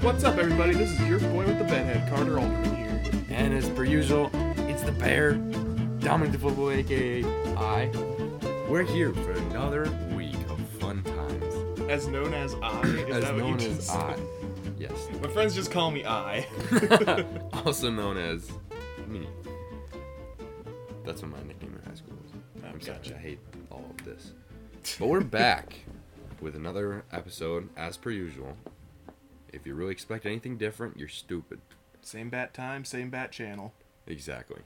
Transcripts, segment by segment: What's up, everybody? This is your boy with the bedhead, Carter Alderman here. And as per usual, it's the bear, Dominic the Football, aka I. We're here for another week of fun times. As known as I, is as that what you known just as said? I. Yes. My friends just call me I. also known as me. That's what my nickname in high school was. I'm Gotcha. sorry, I hate all of this. But we're back with another episode, as per usual. If you really expect anything different, you're stupid. Same bat time, same bat channel. Exactly.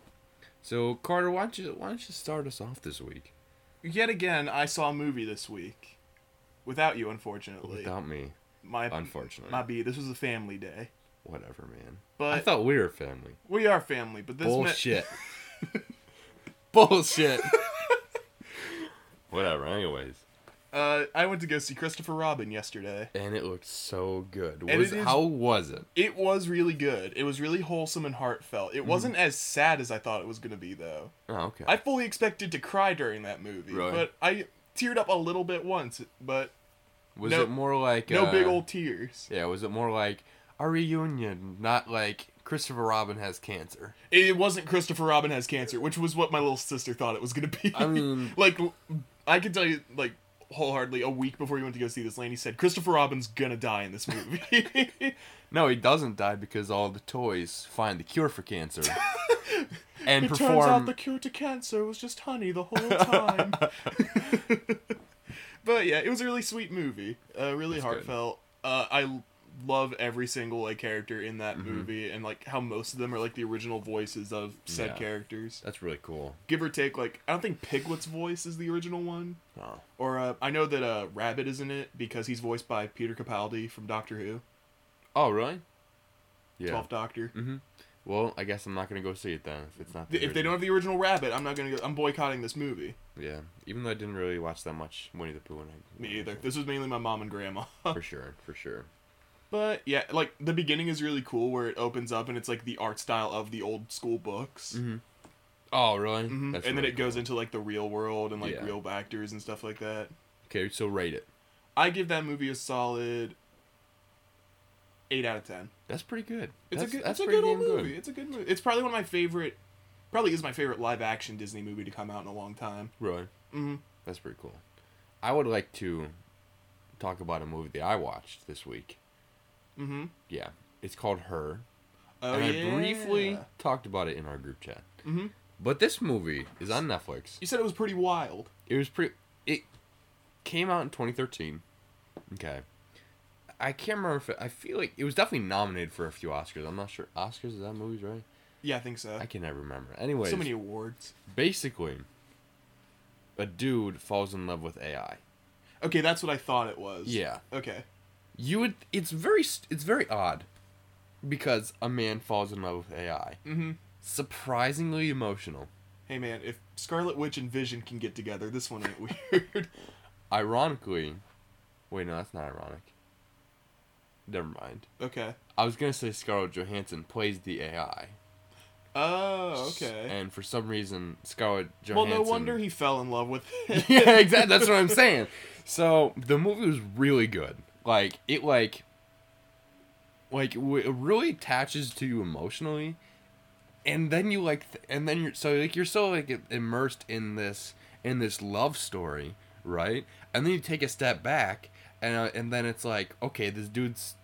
So Carter, why don't you why don't you start us off this week Yet again, I saw a movie this week. Without you, unfortunately. without me? my Unfortunately. my B. This was a family day, Whatever, man. I but thought we were family. we are family. But this meant- Bullshit. Bullshit. Whatever, anyways. uh, I went to go see Christopher Robin yesterday. And it looked so good. And Was, it is- How was it? It was really good. It was really wholesome and heartfelt. Mm-hmm. It wasn't as sad as I thought it was gonna be, though. Oh, okay. I fully expected to cry during that movie, Really? but I teared up a little bit once, but was no- it more like no uh, big old tears. Yeah, was it more like our reunion, not like Christopher Robin has cancer? It wasn't Christopher Robin has cancer, which was what my little sister thought it was going to be. I mean- like I can tell you like wholeheartedly a week before we went to go see this Laney said Christopher Robin's going to die in this movie. No, he doesn't die because all the toys find the cure for cancer. and it perform turns out the cure to cancer was just honey the whole time. but yeah, it was a really sweet movie. Uh, really That's good. heartfelt. Uh, I l- love every single like character in that Mm-hmm. movie, and like how most of them are like the original voices of said Yeah. characters. That's really cool. Give or take, like I don't think Piglet's voice is the original one, Oh. or uh, I know that uh, Rabbit is in it because he's voiced by Peter Capaldi from Doctor Who, Oh, really? Yeah. Twelfth Doctor. Mm-hmm. Well, I guess I'm not gonna go see it then if it's not. Th- If they don't have the original Rabbit, I'm not gonna. Go- I'm boycotting this movie. yeah. Even though I didn't really watch that much Winnie the Pooh. When I, Me either. This was mainly my mom and grandma. For sure, for sure. But yeah, like the beginning is really cool where it opens up and it's like the art style of the old school books. Oh, really? Mhm. Mm-hmm. That's And then really it goes cool. into like the real world and like Yeah. real actors and stuff like that. Okay, so rate it. I give that movie a solid 8 out of 10. That's pretty good. It's that's, a good That's it's a pretty good old damn movie. It's a good movie. It's probably one of my favorite probably is my favorite live action Disney movie to come out in a long time. Really, Mhm. that's pretty cool. I would like to talk about a movie that I watched this week. Mhm. Yeah, it's called Her, Oh Mm-hmm. and yeah. I briefly talked about it in our group chat. Mhm. But this movie is on Netflix. You said it was pretty wild. It was pretty. It came out in 2013. Okay. I can't remember if it, I feel like it was definitely nominated for a few Oscars. I'm not sure. Oscars is that movies right? Yeah, I think so. I can never remember. Anyways, So many awards. basically, a dude falls in love with AI. Okay, that's what I thought it was. Yeah, Okay. you would. It's very. st- It's very odd, because a man falls in love with AI. Mhm. Surprisingly emotional. Hey man, if Scarlet Witch and Vision can get together, this one ain't weird. Ironically, wait, no, that's not ironic. Never mind. okay. I was gonna say Scarlett Johansson plays the AI. Oh, okay. And for some reason, Scarlett well, Johansson. no wonder he fell in love with it. yeah, exactly. That's what I'm saying. So the movie was really good. Like it, like, like w- it really attaches to you emotionally, and then you like, th- and then you're so like you're so like immersed in this in this love story, right? And then you take a step back, and uh, and then it's like, okay, this dude's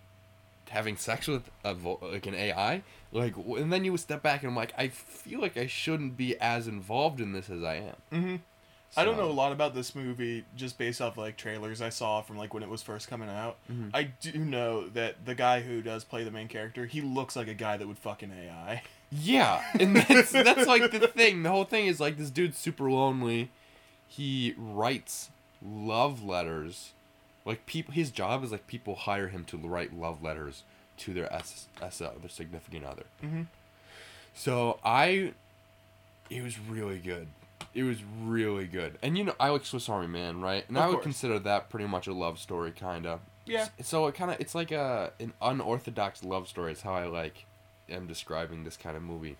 having sex with a vo- like an AI, like, w- and then you step back and I'm like, I feel like I shouldn't be as involved in this as I am. Mm-hmm. I don't So- know a lot about this movie just based off like trailers I saw from like when it was first coming out. Mm-hmm. I do know that the guy who does play the main character, he looks like a guy that would fucking AI. Yeah, and that's that's like the thing. The whole thing is like this dude's super lonely. He writes love letters, like people. His job is like people hire him to write love letters to their s SO, their significant other. Mhm. So I, it was really good. It was really good, and you know I like Swiss Army Man, right? And Of I would course. consider that pretty much a love story, kind of. Yeah. S- So it kind of it's like a an unorthodox love story. Is how I like am describing this kind of movie.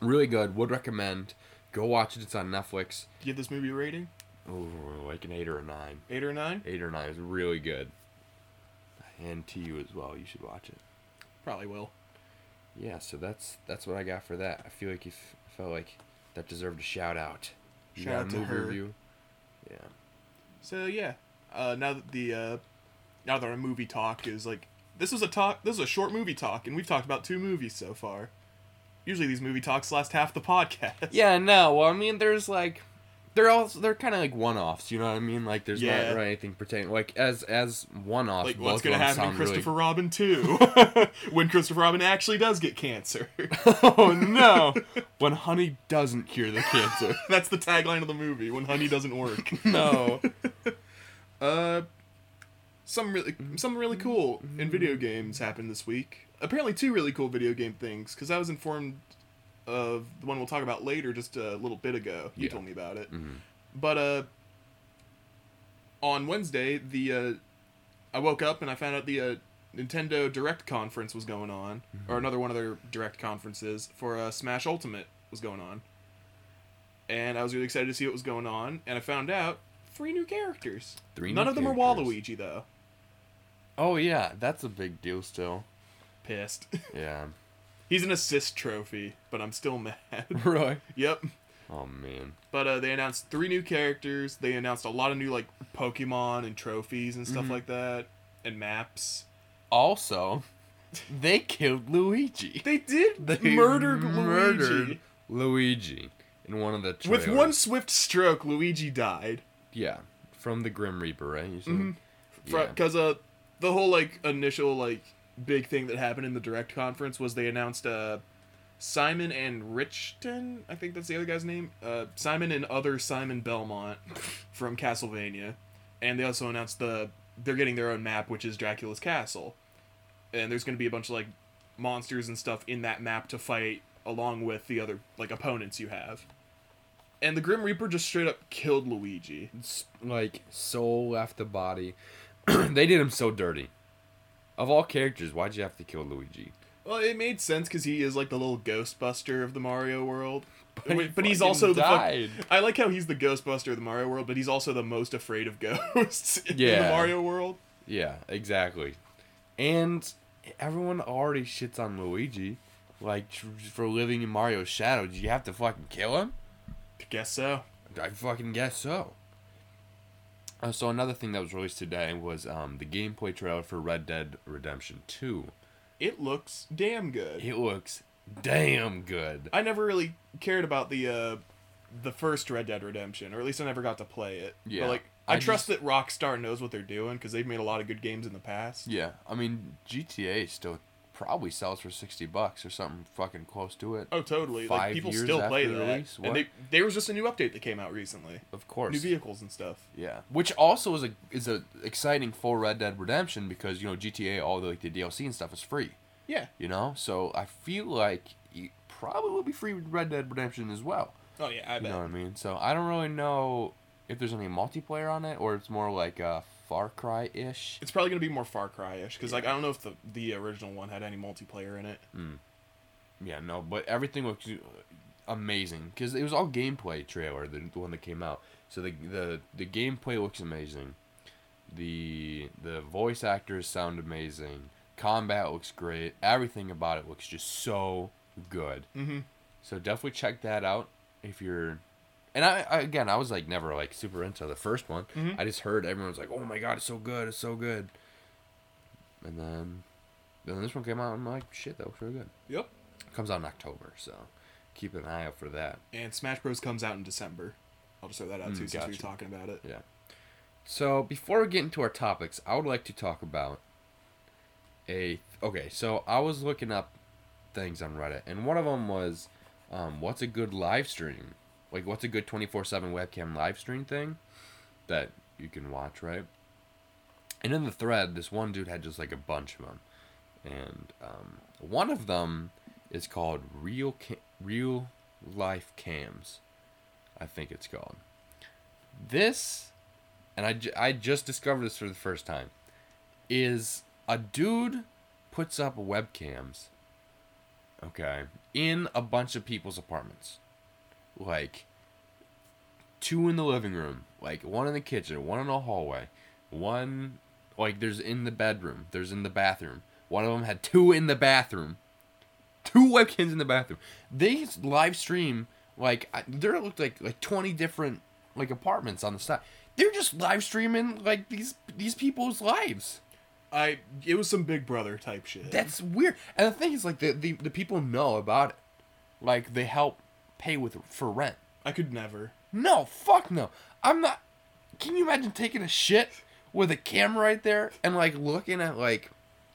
Really good. Would recommend. Go watch it. It's on Netflix. Give this movie a rating? Ooh, like an eight or a nine. Eight or a nine? Eight or nine is really good. And to you as well. You should watch it. Probably will. Yeah, so that's that's what I got for that. I feel like you f- felt like that deserved a shout out. You Shout got a out to movie her. review. Yeah. So yeah, uh, now that the uh, now that our movie talk is like this was a talk. This is a short movie talk, and we've talked about two movies so far. Usually these movie talks last half the podcast. Yeah, no. Well, I mean, there's like, they're all they're kind of like one offs. You know what I mean? Like, there's Yeah. not really anything pertaining like as as one off. Like what's gonna happen in Christopher Robin two when Christopher Robin actually does get cancer? oh no! when honey doesn't cure the cancer. That's the tagline of the movie. When honey doesn't work. no. Uh, some really something really cool in video games happened this week. Apparently, two really cool video game things. Because I was informed of the one we'll talk about later just a little bit ago. You Yeah. told me about it. Mhm. But uh, on Wednesday, the uh, I woke up and I found out the uh, Nintendo Direct conference was going on, Mm-hmm. or another one of their Direct conferences for uh, Smash Ultimate was going on. And I was really excited to see what was going on, and I found out three new characters. Three None new of them characters. are Waluigi though. Oh yeah, that's a big deal still. Pissed. Yeah. He's an assist trophy, but I'm still mad. Really? yep. Oh man. But uh, they announced three new characters. They announced a lot of new like Pokemon and trophies and Mm-hmm. stuff like that, and maps. Also, they killed Luigi. They did They murder Luigi. murdered Luigi in one of the With trailers. one swift stroke, Luigi died. Yeah, from the Grim Reaper, right? You said? Mhm. Yeah. Because uh, the whole like initial like big thing that happened in the direct conference was they announced uh, Simon and Richton, I think that's the other guy's name. Uh, Simon and other Simon Belmont from Castlevania, and they also announced the they're getting their own map, which is Dracula's castle, and there's going to be a bunch of like monsters and stuff in that map to fight along with the other like opponents you have. And the Grim Reaper just straight up killed Luigi. S- Like soul left the body. they did him so dirty. Of all characters, why'd you have to kill Luigi? Well, it made sense because he is like the little Ghostbuster of the Mario world. Wait, But, he he's fucking also the. Fuck, died. I like how he's the Ghostbuster of the Mario world, but he's also the most afraid of ghosts in the Yeah. Mario world. Yeah, exactly. And everyone already shits on Luigi, like tr- for living in Mario's shadow. Do you have to fucking kill him? I guess so. I fucking guess so. Uh, so another thing that was released today was um, the gameplay trailer for Red Dead Redemption Two. It looks damn good. It looks damn good. I never really cared about the uh, the first Red Dead Redemption, or at least I never got to play it. Yeah. But like, I, I trust that Rockstar knows what they're doing because they've made a lot of good games in the past. Yeah, I mean GTA still probably sells for sixty bucks or something fucking close to it. Oh, totally. like Five people years still after play the that. release? And What? they, there was just a new update that came out recently. Of course. New vehicles and stuff. Yeah, which also is a is a exciting for Red Dead Redemption because you know GTA all the like the DLC and stuff is free. Yeah. You know, so I feel like you probably will be free with Red Dead Redemption as well. Oh yeah, I You bet. know what I mean? So I don't really know if there's any multiplayer on it or it's more like a Far Cry ish. It's probably gonna be more Far Cry ish because like I don't know if the the original one had any multiplayer in it. Yeah, no, but everything looks uh, amazing because it was all gameplay trailer, the, the one that came out. So the the the gameplay looks amazing. The the voice actors sound amazing. Combat looks great. Everything about it looks just so good. Mm-hmm. So definitely check that out if you're. And I, I again, I was like never like super into the first one. Mhm. I just heard everyone was like, "Oh my god, it's so good, it's so good." And then, then this one came out, and I'm like, "Shit, that looks really good." Yep. comes out in October, so keep an eye out for that. And Smash Bros comes out in December. I'll just throw that out Mm, too since we were gotcha. talking about it. Yeah. So before we get into our topics, I would like to talk about a okay. So I was looking up things on Reddit, and one of them was, um, "What's a good live stream? Like, what's a good twenty four seven webcam live stream thing that you can watch, right?" And in the thread, this one dude had just like a bunch of them, and um, one of them is called real ca- real life cams, I think it's called this and I, ju- I just discovered this for the first time is a dude puts up webcams okay in a bunch of people's apartments like two in the living room like one in the kitchen one in the hallway one like there's in the bedroom there's in the bathroom One of them had two in the bathroom, two webcams in the bathroom. They live stream like I- there looked like like twenty different like apartments on the side. They're just live streaming like these these people's lives. I it was some Big Brother type shit. That's weird. And the thing is, like the, the the people know about it, like they help pay with for rent. I could never. No, fuck no. I'm not. Can you imagine taking a shit with a camera right there and like looking at like,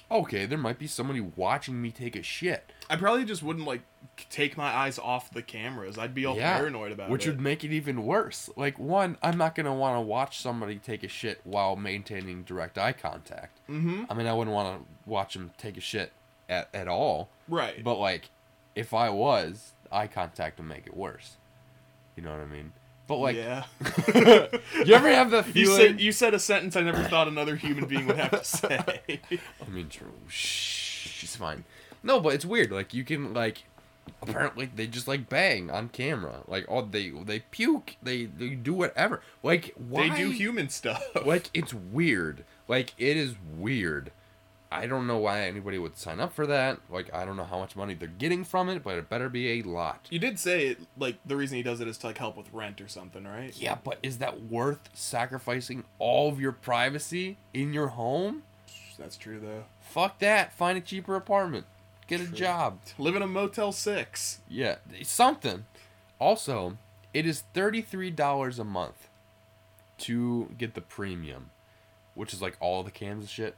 okay, there might be somebody watching me take a shit. I probably just wouldn't like k- take my eyes off the cameras. I'd be all paranoid about which it. would make it even worse. Like one, I'm not gonna want to watch somebody take a shit while maintaining direct eye contact. mm-hmm. I mean, I wouldn't want to watch them take a shit at at all. Right. But like, if I was, eye contact would make it worse. You know what I mean? But like, yeah. you ever have the You feeling? said you said a sentence I never thought another human being would have to say. I mean, true. Shh, she's fine. No, but it's weird. Like you can like, apparently they just like bang on camera. Like oh they they puke. They they do whatever. Like why they do human stuff. Like it's weird. Like it is weird. I don't know why anybody would sign up for that. Like I don't know how much money they're getting from it, but it better be a lot. You did say it, like the reason he does it is to like help with rent or something, right? Yeah, but is that worth sacrificing all of your privacy in your home? That's true though. Fuck that. Find a cheaper apartment. Get a True. job. Live in a Motel Six. Yeah, something. Also, it is $33 a month to get the premium, which is like all the cams and shit.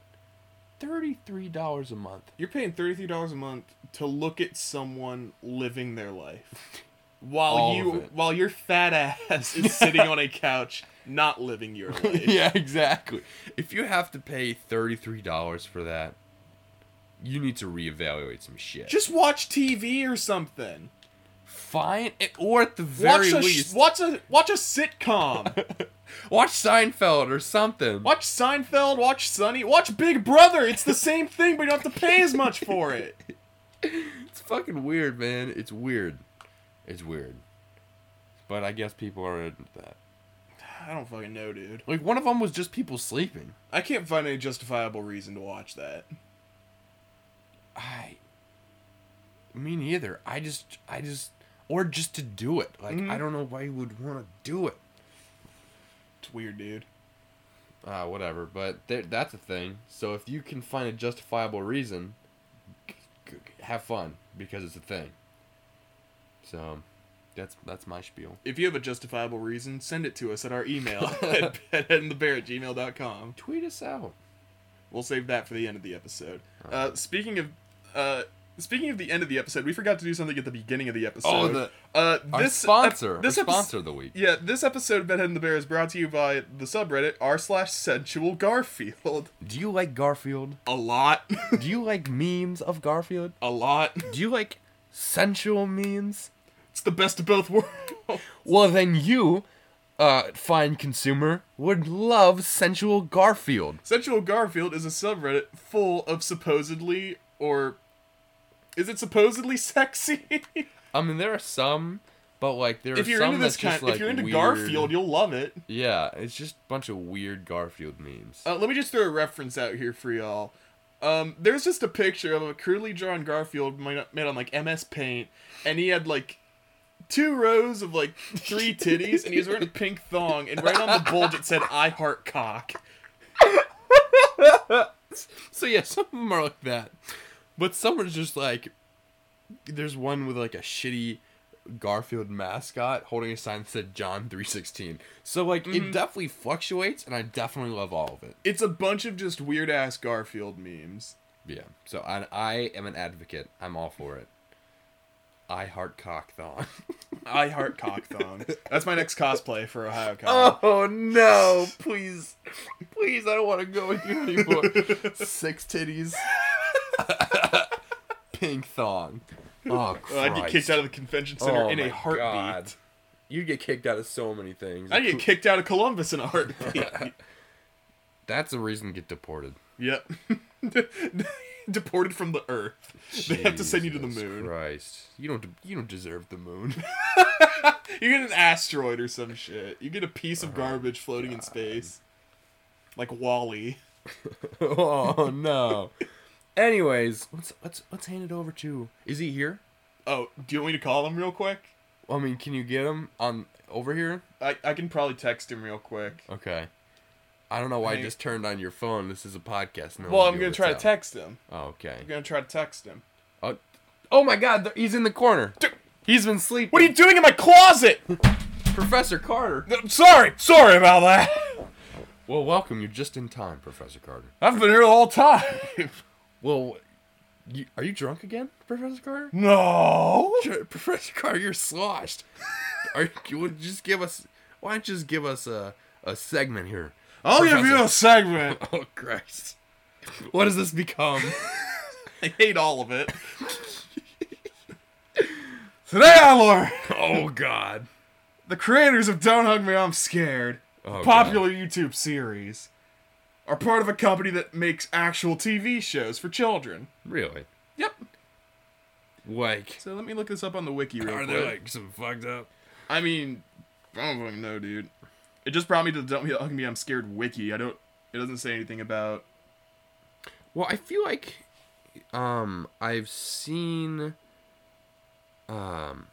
$33 a month. You're paying thirty three dollars a month to look at someone living their life. While All you of it. while your fat ass is sitting on a couch not living your life. yeah, exactly. If you have to pay $33 for that, you need to reevaluate some shit. Just watch TV or something. fine, eh, or at the very watch a least, watch a watch a sitcom. watch Seinfeld or something. watch Seinfeld, watch Sunny, watch Big Brother. It's the same thing, but you don't have to pay as much for it. It's fucking weird, man. It's weird. It's weird. But I guess people are into that. I don't fucking know, dude. Like one of them was just people sleeping. I can't find any justifiable reason to watch that. I me neither. I just I just or just to do it. Like Mhm. I don't know why you would want to do it. It's weird, dude. Uh whatever, but there, that's a thing. So if you can find a justifiable reason, g- g- have fun because it's a thing. So that's that's my spiel. If you have a justifiable reason, send it to us at our email at bedheadandthebear at gmail.com. Tweet us out. We'll save that for the end of the episode. Uh, speaking of uh, speaking of the end of the episode, we forgot to do something at the beginning of the episode. Oh, the- uh, Our this sponsor. uh, this our episode- sponsor of the week. Yeah, this episode of Bedhead and the Bear is brought to you by the subreddit r slash sensual Garfield. Do you like Garfield? A lot, do you like memes of Garfield? a lot. Do you like sensual memes? It's the best of both worlds. Well, then you, uh, fine consumer, would love sensual Garfield. Sensual Garfield is a subreddit full of supposedly or is it supposedly sexy? I mean, there are some, but like there are if you're some into this that's kind, just like if you're into weird- Garfield, you'll love it. yeah, it's just a bunch of weird Garfield memes. Uh, let me just throw a reference out here for y'all. Um, there's just a picture of a crudely drawn Garfield mi- made on like MS Paint, and he had like two rows of like three titties, and he was wearing a pink thong, and right on the bulge it said "I heart cock." so yeah, some of them are like that, but some are just like, there's one with like a shitty Garfield mascot holding a sign that said John three sixteen. So like it definitely fluctuates, and I definitely love all of it. It's a bunch of just weird ass Garfield memes. Yeah. So I, I am an advocate. I'm all for it. I heart cock thon. I heart cock thong. That's my next cosplay for Ohio Con. oh no! Please, please! I don't want to go with you anymore. Six titties, pink thong. Oh, Christ. I'd get kicked out of the convention center Oh, in my a heartbeat. God. You get kicked out of so many things. I'd get kicked out of Columbus in a heartbeat. That's a reason to get deported. Yep. Deported from the Earth. They have to send you to the Jesus moon. Christ, you don't you don't deserve the moon. You get an asteroid or some shit. You get a piece Oh of garbage floating in space. Like Wally. oh no. Anyways, let's let's let's hand it over to. Is he here? Oh, do you want me to call him real quick? I mean, can you get him on over here? I, I can probably text him real quick. Okay. I don't know why I, Hey. just turned on your phone. This is a podcast. No well, one I'm knew gonna what's try to up. text him. Oh, okay. I'm gonna try to text him. Oh, oh my God! th- He's in the corner. Dude. He's been sleeping. What are you doing in my closet? Professor Carter? I'm sorry, sorry about that. Well, welcome. You're just in time, Professor Carter. I've been here the whole time. Well, you, are you drunk again, Professor Carter? No. Sure, Professor Carter, you're sloshed. are you would you just give us? Why don't you just give us a a segment here? I'll give you Professor. a segment. Oh Christ! Um, What does this become? I hate all of it. Today I learned oh God! the creators of Don't Hug Me, I'm Scared, a Oh, popular YouTube series, are part of a company that makes actual TV shows for children. Really? Yep. Like, So let me look this up on the wiki real are quick. they like some fucked up? I mean, I don't fucking know, dude. It just brought me to the Don't Hug Me, I'm Scared wiki. I don't. It doesn't say anything about. Well, I feel like um I've seen um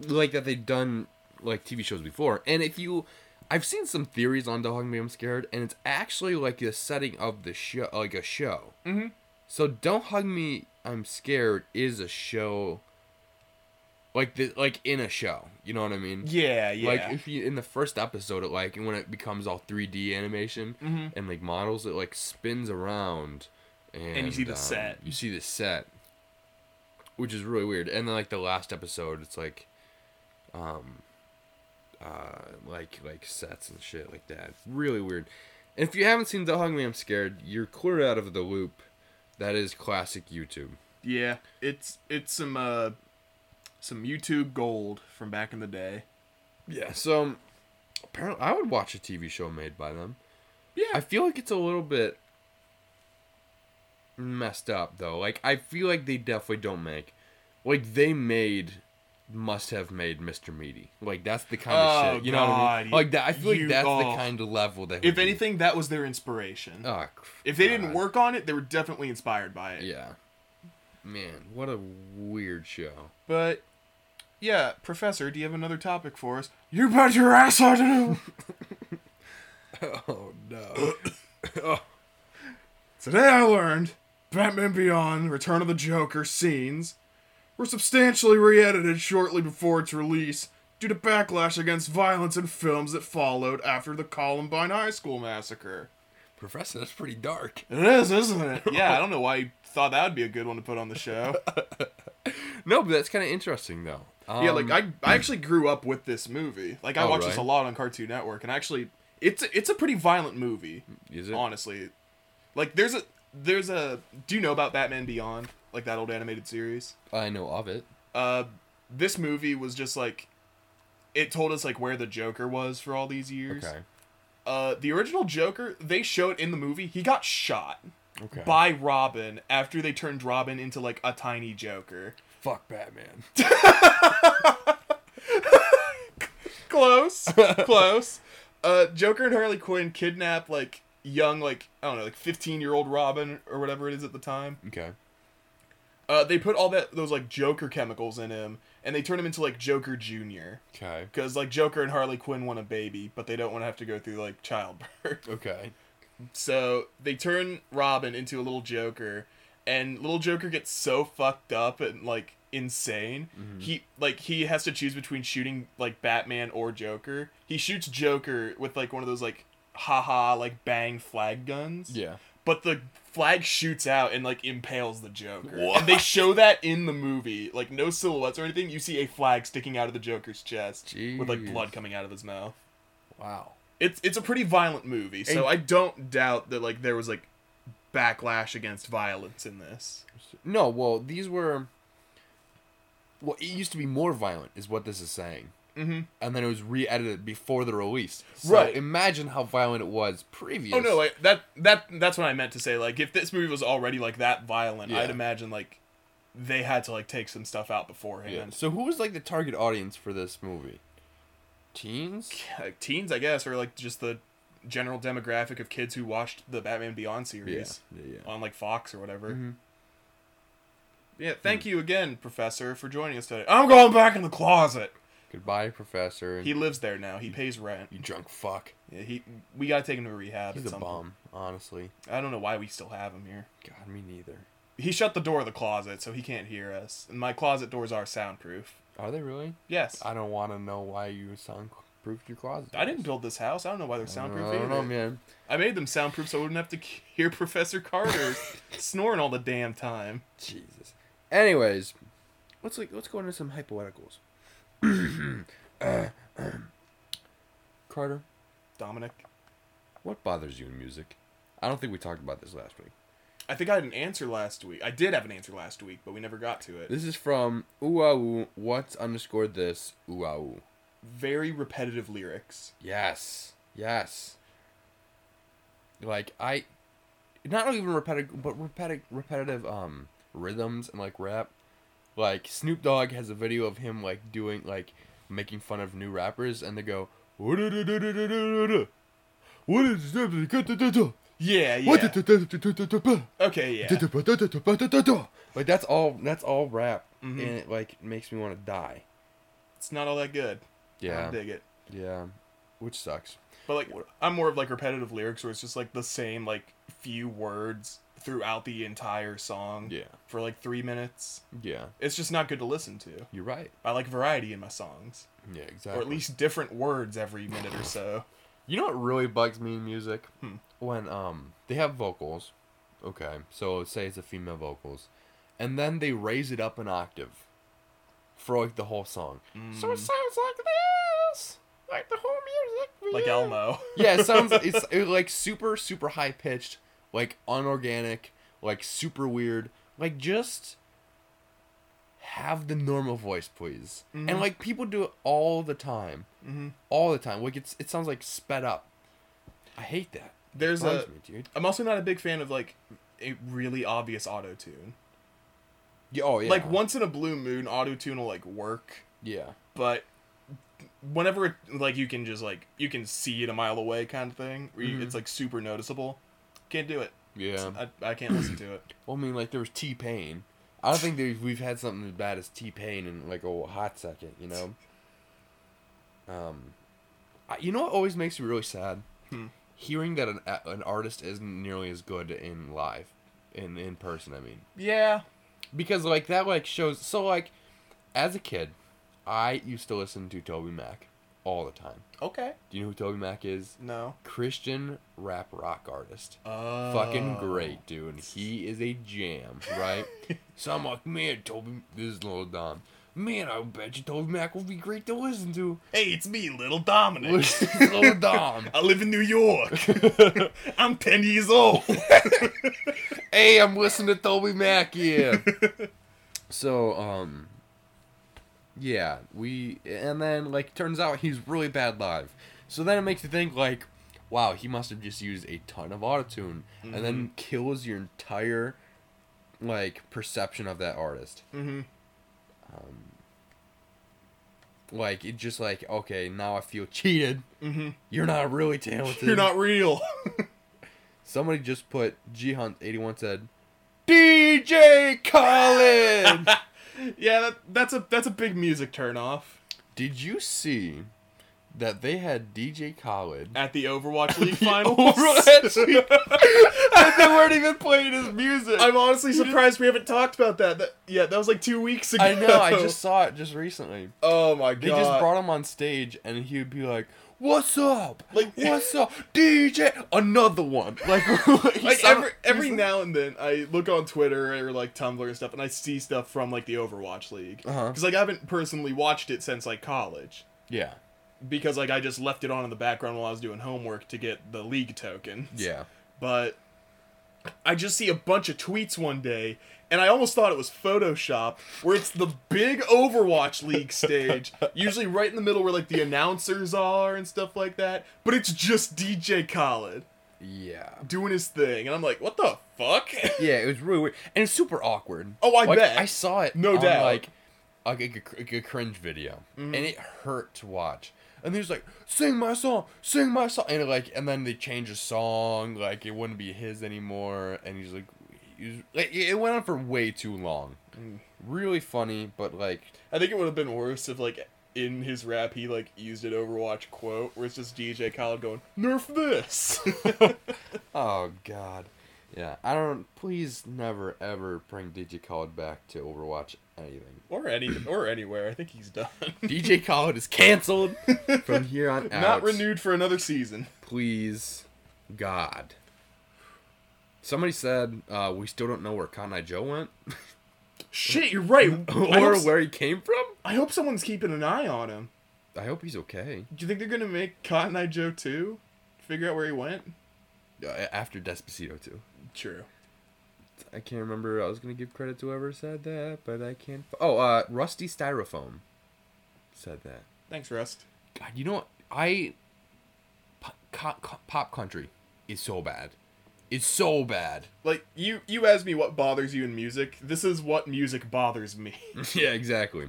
like that they've done like TV shows before. And if you I've seen some theories on Don't Hug Me I'm Scared and it's actually like the setting of the show like a show. Mm-hmm. So Don't Hug Me I'm Scared is a show like the like in a show. You know what I mean? Yeah, yeah. Like if you in the first episode, it like when it becomes all 3D animation Mhm. and like models, it like spins around, and, um, you see the set. You see the set, which is really weird. And then like the last episode, it's like, um, uh, like like sets and shit like that. It's really weird. And if you haven't seen The Hung Me, I'm Scared, you're clear out of the loop. That is classic YouTube. yeah, it's it's some uh, some YouTube gold from back in the day. Yeah. So apparently, I would watch a TV show made by them. Yeah. I feel like it's a little bit messed up though. Like I feel like they definitely don't make like they made must have made Mr. Meaty. Like that's the kind Oh, of shit. You know what I God, mean? you- Like that I feel you- like that's oh. the kind of level that if we- anything, that was their inspiration. Mm-hmm. oh, cr- if they didn't God. work on it, they were definitely inspired by it. Yeah. Man, what a weird show. But yeah, Professor, do you have another topic for us? You bet your ass I do. Oh no. oh. Today I learned Batman Beyond: Return of the Joker scenes were substantially re-edited shortly before its release due to backlash against violence in films that followed after the Columbine High School massacre. Professor, that's pretty dark. It is, isn't it? Yeah, I don't know why you thought that would be a good one to put on the show. No, but that's kinda interesting though. Um, yeah, like I, I actually grew up with this movie. Like I Oh, watched this a really? lot on Cartoon Network, and actually, it's a, it's a pretty violent movie. is it Honestly, like there's a there's a do you know about Batman Beyond? Like that old animated series. I know of it. Uh, this movie was just like it told us like where the Joker was for all these years. Okay. Uh, the original Joker they showed in the movie he got shot Okay. by Robin after they turned Robin into like a tiny Joker. Fuck Batman. close close uh joker and harley quinn kidnap like young like i don't know like 15 year old robin or whatever it is at the time Okay. uh they put all that those like joker chemicals in him and they turn him into like joker junior Okay. because like joker and harley quinn want a baby but they don't want to have to go through like childbirth Okay. so they turn robin into a little joker and little joker gets so fucked up and like insane Mm-hmm. he like he has to choose between shooting like batman or joker he shoots joker with like one of those like haha like bang flag guns Yeah. but the flag shoots out and like impales the joker What? and they show that in the movie like no silhouettes or anything you see a flag sticking out of the joker's chest with like Jeez. blood coming out of his mouth Wow. it's it's a pretty violent movie, so And- I don't doubt that like there was like backlash against violence in this. No, well, these were. Well, it used to be more violent, is what this is saying. Mm-hmm. And then it was re edited before the release. So Right. Imagine how violent it was previous. Oh no, like that that that's what I meant to say. Like if this movie was already like that violent, Yeah. I'd imagine like they had to like take some stuff out Yeah. beforehand. So who was, like, the target audience for this movie? Teens? Uh, Like teens, I guess, or like just the general demographic of kids who watched the Batman Beyond series Yeah, yeah, Mm-hmm. yeah. on like Fox or whatever. Yeah, thank Hmm. you again, Professor, for joining us today. I'm going back in the closet. Goodbye, Professor. He lives there now. He pays rent. you drunk fuck. Yeah, he we gotta take him to rehab. He's at a some bum, honestly. Point. I don't know why we still have him here. God, me neither. He shut the door of the closet, so he can't hear us. And my closet doors are soundproof. Are they really? Yes, I, I don't want to know why you soundproofed your closet. didn't build this house. I don't know why they're soundproof I don't know, either. man. I made them soundproof so I wouldn't have to hear Professor Carter snoring all the damn time. Jesus. Anyways, let's like let's go into some hypotheticals. Uh, um, Carter, Dominic, what bothers you in music? I don't think we talked about this last week. I think I had an answer last week. I did have an answer last week, but we never got to it. This is from ooh what's underscore this ooh ah, ooh. Very repetitive lyrics. Yes. Yes. Like I not even repetitive but repetitive repetitive um rhythms and like rap. Like Snoop Dogg has a video of him like doing like making fun of new rappers and they go what is Yeah, yeah. okay, yeah. like that's all that's all rap Mhm. and it like makes me want to die It's not all that good. I don't yeah dig it. yeah which sucks But like, I'm more of like repetitive lyrics where it's just like the same like few words throughout the entire song. Yeah. For like three minutes. yeah It's just not good to listen to. you're right I like variety in my songs, yeah exactly or at least different words every minute or so. You know what really bugs me in music? Hmm. When um they have vocals, okay, so say it's a female vocals, and then they raise it up an octave for like the whole song. Mm. So it sounds like this, like the whole music. Like yeah. Elmo. Yeah, it sounds it's it, like super super high pitched, like unorganic, like super weird. Like just have the normal voice, please. Mhm. And like people do it all the time hmm all the time. Like it's it sounds like sped up. I hate that. There's Bugs a. me, dude. I'm also not a big fan of like a really obvious auto tune. Yeah, oh yeah. Like once in a blue moon, auto tune will like work, Yeah. but whenever it, like you can just like you can see it a mile away kind of thing, where you, Mhm. it's like super noticeable. Can't do it. Yeah. I, I can't listen to it. Well, I mean, like there was T Pain. I don't think that we've had something as bad as T Pain in like a hot second. You know. Um, I, you know what always makes me really sad? Hmm. Hearing that an a- an artist isn't nearly as good in live, in in person. I mean, Yeah. because like that like shows. So like, as a kid, I used to listen to Toby Mac all the time. Okay. Do you know who Toby Mac is? No. Christian rap rock artist. Oh. Fucking great, dude. He is a jam, right? so I'm like, man, Toby, this is Little Dom. Man, I bet you Toby Mac will be great to listen to. Hey, it's me, little Dominic. Little Dom. I live in New York. I'm ten years old. hey, I'm listening to Toby Mac, yeah. so, um, yeah, we, and then, like, turns out he's really bad live. So then it makes you think, like, wow, he must have just used a ton of autotune, and then kills your entire, like, perception of that artist. mm-hmm. Like, it just, like, okay, now I feel cheated. Mm-hmm. You're not really talented. You're not real. Somebody just put G Hunt 81 said, DJ Khaled! yeah, that, that's a that's a big music turnoff Did you see that they had DJ Khaled? at the Overwatch League The finals. Overwatch and they weren't even playing his music. I'm honestly surprised we haven't talked about that. That- Yeah, that was like two weeks ago. I know. I just saw it just recently. Oh my god. They just brought him on stage, and he would be like, "What's up? Like- Like, what's up, DJ? Another one. Like, he like sound- every every now and then I look on Twitter or like Tumblr and stuff and I see stuff from like the Overwatch League. Uh-huh. Cuz like I haven't personally watched it since like college yeah, because like I just left it on in the background while I was doing homework to get the league token. yeah. but I just see a bunch of tweets one day, and I almost thought it was Photoshop, where it's the big Overwatch League stage, usually right in the middle where like the announcers are and stuff like that. But it's just DJ Khaled Yeah. doing his thing, and I'm like, what the fuck? Yeah, it was really weird, and it's super awkward. Oh, I Like, bet. I saw it. No on, doubt. Mm-hmm. Like, like a, a- a cringe video, and it hurt to watch. and he's like, "Sing my song, sing my song," and it, like, and then they change the song, like it wouldn't be his anymore, and he's like, he's, like it went on for way too long. Mm. Really funny, but like, I think it would have been worse if like in his rap he like used an Overwatch quote where it's just DJ Khaled going nerf this. oh god, yeah, I don't. Please never ever bring DJ Khaled back to Overwatch anything. or any or anywhere. I think he's done. DJ Khaled is canceled from here on out. Not renewed for another season. please god somebody said uh, we still don't know where Kanai joe went Shit, you're right. I, or hope, where he came from I hope someone's keeping an eye on him. i hope he's okay Do you think they're gonna make Cotton Eye Joe too? Figure out where he went. Uh, after despacito too True. i can't remember i was gonna give credit to whoever said that but i can't oh uh, rusty styrofoam said that Thanks, Rust. god you know what i pop, co- pop country is so bad it's so bad Like you, you asked me what bothers you in music. This is what music bothers me. yeah, exactly.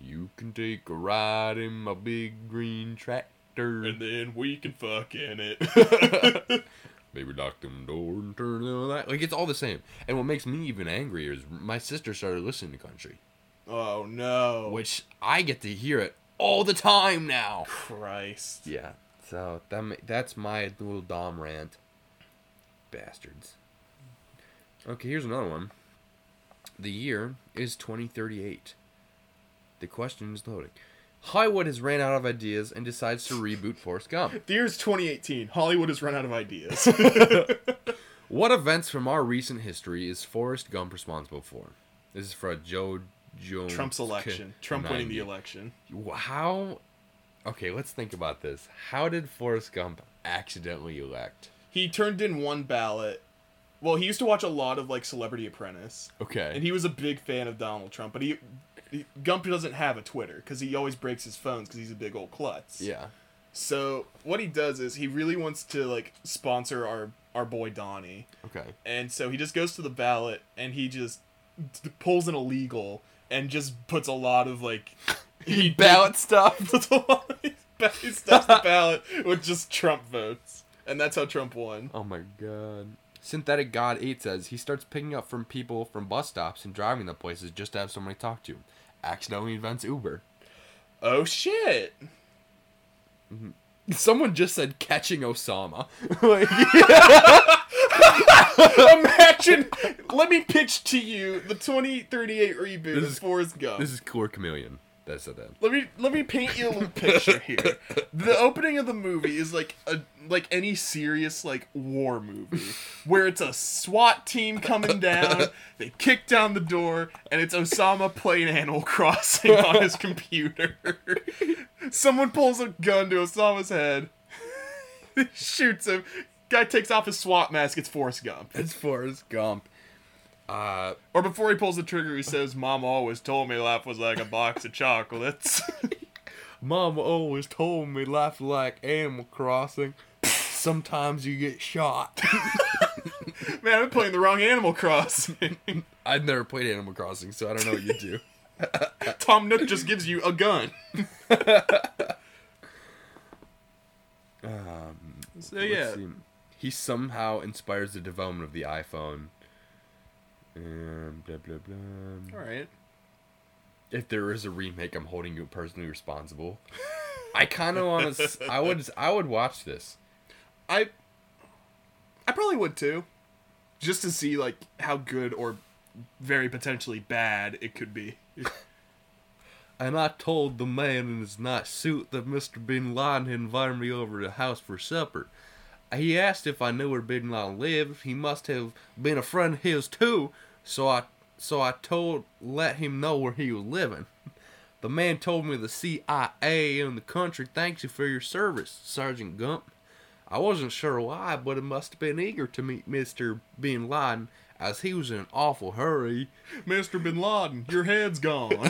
You can take a ride in my big green tractor. and then we can fuck in it. Maybe knock them door and turn the other light. Like it's all the same. And what makes me even angrier is my sister started listening to country, oh no! which I get to hear it all the time now. Christ. Yeah. So that ma- that's my little dom rant. Bastards. Okay, here's another one. The year is 2038. The question is loading. Hollywood has ran out of ideas and decides to reboot Forrest Gump. The year's 2018. Hollywood has run out of ideas. What events from our recent history is Forrest Gump responsible for? This is for Joe Jones. Trump's election. Trump winning the 90. election. How? Okay, let's think about this. How did Forrest Gump accidentally elect? He turned in one ballot. Well, he used to watch a lot of like Celebrity Apprentice, Okay. and he was a big fan of Donald Trump. But he, he Gump doesn't have a Twitter because he always breaks his phones because he's a big old klutz. yeah. So what he does is he really wants to like sponsor our our boy Donnie. Okay. And so he just goes to the ballot and he just d- pulls an illegal and just puts a lot of like he Ballot stuff. puts a lot of he stuffs the ballot with just Trump votes. And that's how Trump won. Oh my god. Synthetic God 8 says he starts picking up from people from bus stops and driving to places just to have somebody to talk to. Accidentally invents Uber. Oh shit. Someone just said catching Osama. like, Imagine let me pitch to you the 2038 reboot This of is- Forrest Gump. this is Cooler Chameleon that said that. let me let me paint you a little picture here. The opening of the movie is like a like any serious like war movie where it's a SWAT team coming down, they kick down the door, and it's Osama playing Animal Crossing on his computer. Someone pulls a gun to Osama's head, shoots him. Guy takes off his SWAT mask. It's Forrest Gump. As far as Gump. Uh, Or before he pulls the trigger, he says, "Mom always told me life was like a box of chocolates." Mama always told me life like Animal Crossing. Sometimes you get shot. Man, I'm playing the wrong Animal Crossing. I've never played Animal Crossing, so I don't know what you do. Tom Nook just gives you a gun. Um, So Let's yeah, see. He somehow inspires the development of the iPhone. Um, blah, blah, blah. all right. If there is a remake, I'm holding you personally responsible. I kind of want to. I would. I would watch this. I I probably would too, just to see like how good or very potentially bad it could be. And I told the man in his nice suit that Mr. Bin Laden had invited me over to the house for supper. He asked if I knew where Bin Laden lived. He must have been a friend of his too. So I, so I told, let him know where he was living. The man told me the CIA in the country thanks you for your service, Sergeant Gump. I wasn't sure why, but it must have been eager to meet Mr. Bin Laden, as he was in an awful hurry. Mr. Bin Laden, your head's gone.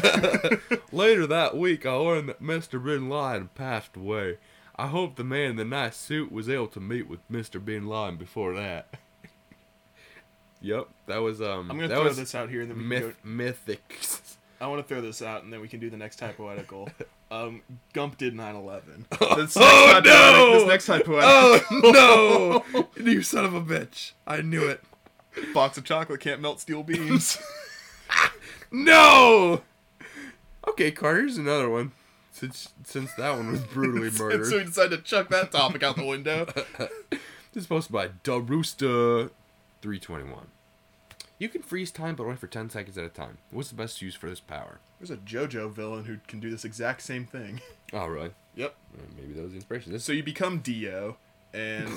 Later that week, I learned that Mr. Bin Laden passed away. I hope the man in the nice suit was able to meet with Mr. Bin Laden before that. yep, that was um. I'm gonna that throw was this out here, and then we can myth mythics. go. I want to throw this out, and then we can do the next hypoetical. Um, Gump did 9/11. This next Oh, hypoetic- no! This next hypoetic Oh no! you son of a bitch! I knew it. Box of chocolate can't melt steel beams. No. Okay, Carter, here's another one. Since since that one was brutally and murdered, so we decided to chuck that topic out the window. this is posted by Darusta three twenty one. You can freeze time, but only for ten seconds at a time. What's the best use for this power? There's a JoJo villain who can do this exact same thing. Oh, really? Yep. Maybe that was the inspiration. This So you become Dio, and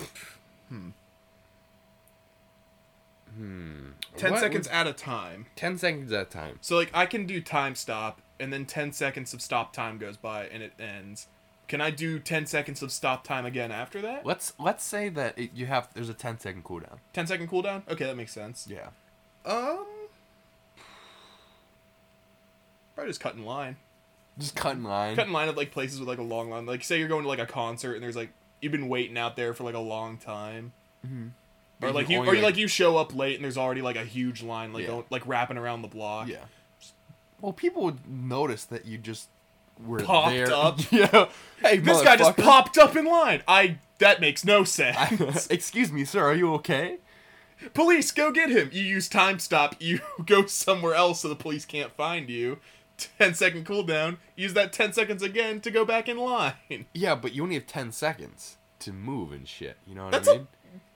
ten What seconds was- at a time. ten seconds at a time. So like I can do time stop, and then ten seconds of stop time goes by and it ends. Can I do ten seconds of stop time again after that? Let's let's say that it, you have there's a 10 second cooldown. Ten second cooldown. Okay, that makes sense. Yeah. Um, probably just cut in line. Just cut in line. Cut in line at like places with like a long line. Like say you're going to like a concert and there's like you've been waiting out there for like a long time. Or Mm-hmm. But like you you, only, or you, like- like you show up late and there's already like a huge line like Yeah. going, like wrapping around the block. Yeah. Well, people would notice that you just were Popped there. up. yeah. Hey, This guy just motherfucker. popped up in line. I that makes no sense. I- excuse me, sir. Are you okay? Police, go get him. You use time stop. You go somewhere else so the police can't find you. 10 second cooldown. Use that 10 seconds again to go back in line. Yeah, but you only have ten seconds to move and shit. You know what That's I a- mean?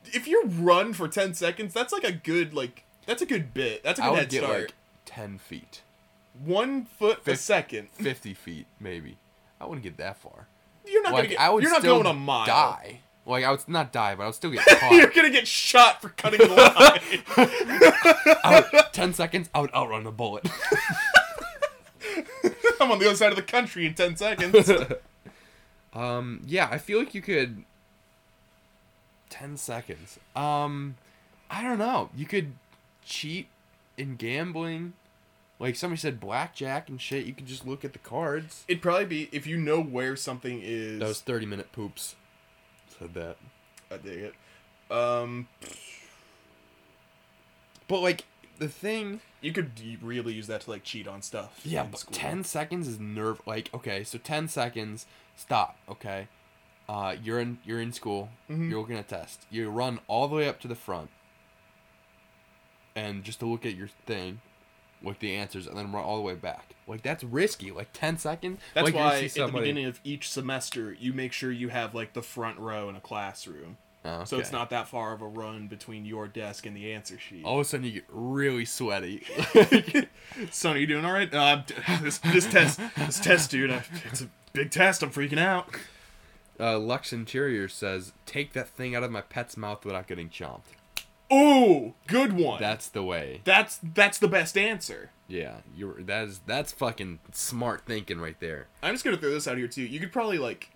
If you run for 10 seconds, that's like a good like that's a good bit. That's a I good would head get start. like ten feet, 1 foot a Fif- second. fifty feet, maybe. I wouldn't get that far. You're not like going to get I would. You're not still going a mile. Die. Like I would not die, but I would still get You're caught. going to get shot for cutting in line. I would- ten seconds. I would outrun a bullet. I'm on the other side of the country in 10 seconds. Um, yeah, I feel like you could. Ten seconds. Um, I don't know. You could cheat in gambling, like somebody said blackjack and shit. You could just look at the cards. It'd probably be if you know where something is. That was thirty minute poops. Said that, I dig it. Um but like the thing. You could y- really use that to like cheat on stuff. Yeah, in but school. ten seconds is nerve. Like okay, so ten seconds. Stop. Okay, uh, you're in you're in school. Mhm. You're looking at a test. You run all the way up to the front, and just to look at your thing, like the answers, and then run all the way back. Like that's risky. Like ten seconds. That's like, you're why gonna see at the somebody- beginning of each semester, you make sure you have like the front row in a classroom, Oh, so it's okay. not that far of a run between your desk and the answer sheet. All of a sudden, you get really sweaty. Son, are you doing all right? Uh, I'm d- this, this test, this test, dude. I, it's a big test. I'm freaking out. uh, Lux Interior says, "Take that thing out of my pet's mouth without getting chomped." Ooh, good one. That's the way. that's that's the best answer. Yeah, you're. That is. That's fucking smart thinking right there. I'm just gonna throw this out here too. You could probably like,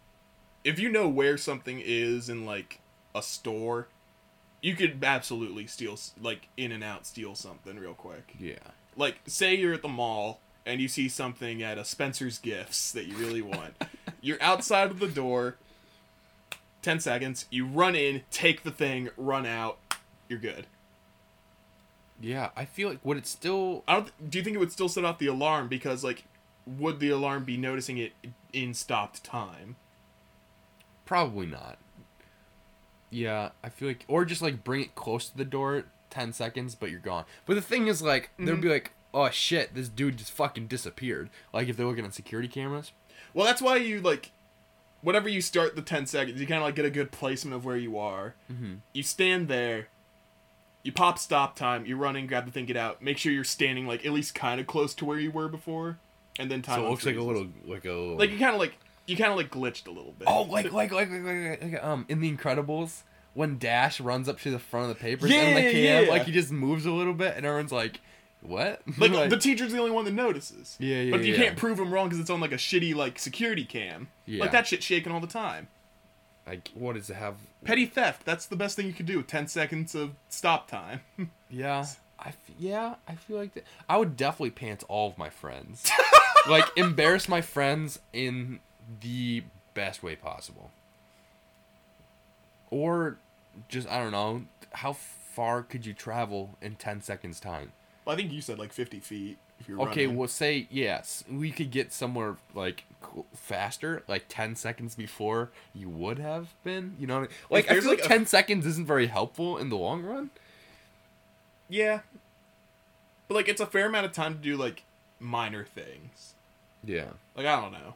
if you know where something is in like a store, you could absolutely steal s- like in and out steal something real quick. Yeah. Like, say you're at the mall and you see something at a Spencer's Gifts that you really want. you're outside of the door. Ten seconds. You run in, take the thing, run out. You're good. Yeah, I feel like would it still I don't. th- do you think it would still set off the alarm? Because like, would the alarm be noticing it in stopped time? probably not. Yeah, I feel like or just like bring it close to the door 10 seconds but you're gone. But the thing is like Mm-hmm. they'd be like, "Oh shit, this dude just fucking disappeared." Like if they're looking at security cameras. Well, that's why you like, whenever you start the ten seconds, you kind of like get a good placement of where you are. Mm-hmm. You stand there. You pop stop time. You run in, grab the thing, get out. Make sure you're standing like at least kind of close to where you were before, and then time. So it looks like a unfreezes. little like a little, Like you kind of like you kind of like glitched a little bit. Oh, like like like like, like, like, um in the Incredibles when Dash runs up to the front of the papers and Yeah, like yeah. yeah. like he just moves a little bit and everyone's like, "What?" Like, the teacher's the only one that notices. Yeah, yeah, But you yeah. can't prove him wrong because it's on like a shitty like security cam. Yeah. Like that shit's shaking all the time. like what does it have Petty theft. That's the best thing you could do. with Ten seconds of stop time. Yeah, I f- yeah, I feel like that. I would definitely pants all of my friends, like embarrass my friends in the best way possible, or just I don't know how far could you travel in ten seconds time? Well, I think you said like 50 feet. If you're Okay, running. well, say yes. We could get somewhere like qu- faster, like ten seconds before you would have been. You know, what I mean? like I there's, feel like like, a- ten seconds isn't very helpful in the long run. yeah. But like, it's a fair amount of time to do like minor things. Yeah. Like I don't know.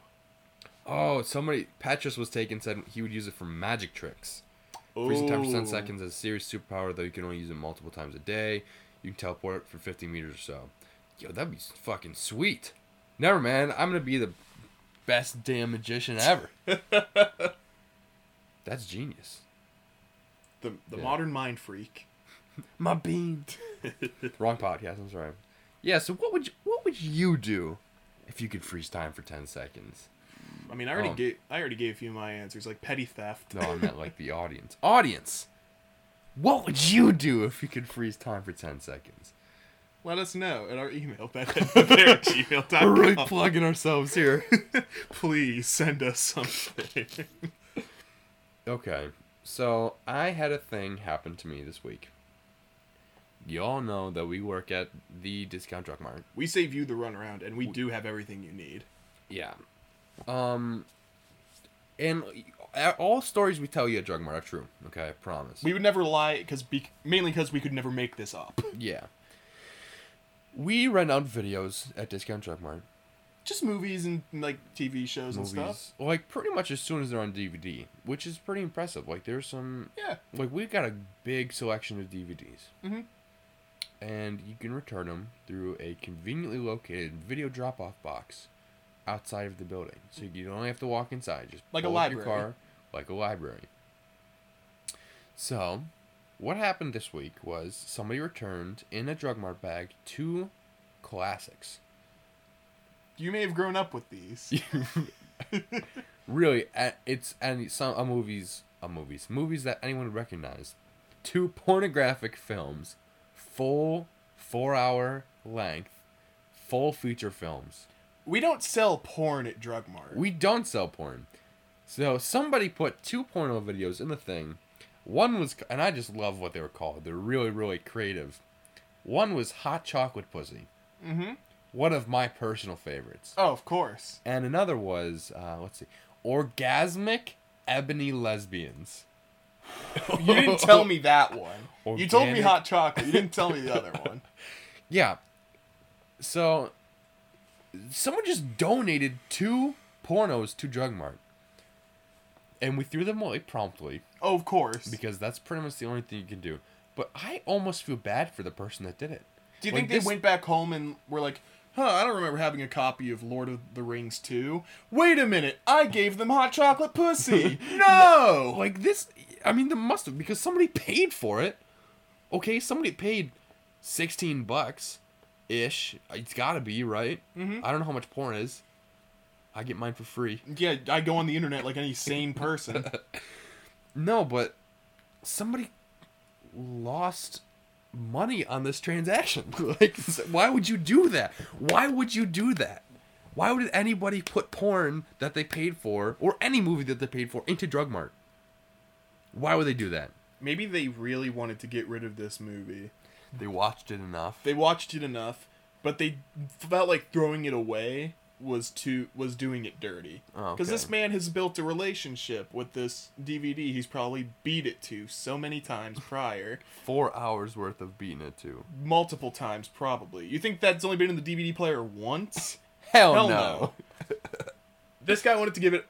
Oh, somebody Petrus was taken said he would use it for magic tricks. Freezing time for ten Ooh. seconds is a serious superpower though you can only use it multiple times a day. You can teleport for fifty meters or so. Yo, that'd be s- fucking sweet. Never man, I'm gonna be the best damn magician ever. That's genius. The the Yeah. modern mind freak. My bean. Wrong podcast. I'm sorry. Yeah. So what would you, what would you do if you could freeze time for ten seconds? I mean, I already Um. gave I already gave you my answers, like petty theft. No, I meant like the audience. Audience, what would you do if you could freeze time for ten seconds? Let us know at our email petty@gmail.com. We're really plugging ourselves here. Please send us something. okay. So I had a thing happen to me this week. Y'all know that we work at the discount drug mart. we save you the runaround, and we do have everything you need. Yeah. Um. And uh, all stories we tell you at Drug Mart are true. Okay, I promise. We would never lie, because be- mainly because we could never make this up. Yeah. We rent out videos at Discount Drug Mart. Just movies and like TV shows and stuff. Movies. Like pretty much as soon as they're on DVD, which is pretty impressive. Like there's some Yeah. like we've got a big selection of DVDs. Mhm. And you can return them through a conveniently located video drop-off box outside of the building. So you don't have to walk inside. Just Like a pull up your library. car, like a library. So, what happened this week was somebody returned in a drug mart bag two classics. You may have grown up with these. really a- it's and some a movies a movies movies that anyone would recognize two pornographic films full four hour length full feature films We don't sell porn at Drug Mart. we don't sell porn so somebody put two porno videos in the thing one was and i just love what they were called they're really really creative one was hot chocolate pussy mm-hmm. one of my personal favorites Oh, of course. and another was uh, let's see orgasmic ebony lesbians You didn't tell me that one. You told me Organic- hot chocolate. You didn't tell me the other one. Yeah. So someone just donated two pornos to Drug Mart. And we threw them away promptly Oh, of course. because that's pretty much the only thing you can do. But I almost feel bad for the person that did it. Do you Like, think they this- went back home and were like, huh, I don't remember having a copy of Lord of the Rings 2. Wait a minute, I gave them hot chocolate pussy. No! Like this I mean there must have because somebody paid for it. Okay, somebody paid 16 bucks ish. It's got to be, right? Mhm. I don't know how much porn is. I get mine for free. yeah, I go on the internet like any sane person. No, but somebody lost money on this transaction. like, s- why would you do that? Why would you do that? Why would anybody put porn that they paid for or any movie that they paid for into Drug Mart? Why would they do that? Maybe they really wanted to get rid of this movie. They watched it enough. They watched it enough, but they felt like throwing it away was too was doing it dirty. Oh, Because this okay. man has built a relationship with this DVD he's probably beat it to so many times prior. Four hours worth of beating it to. multiple times probably. You think that's only been in the DVD player once? Hell, Hell no. This guy wanted to give it.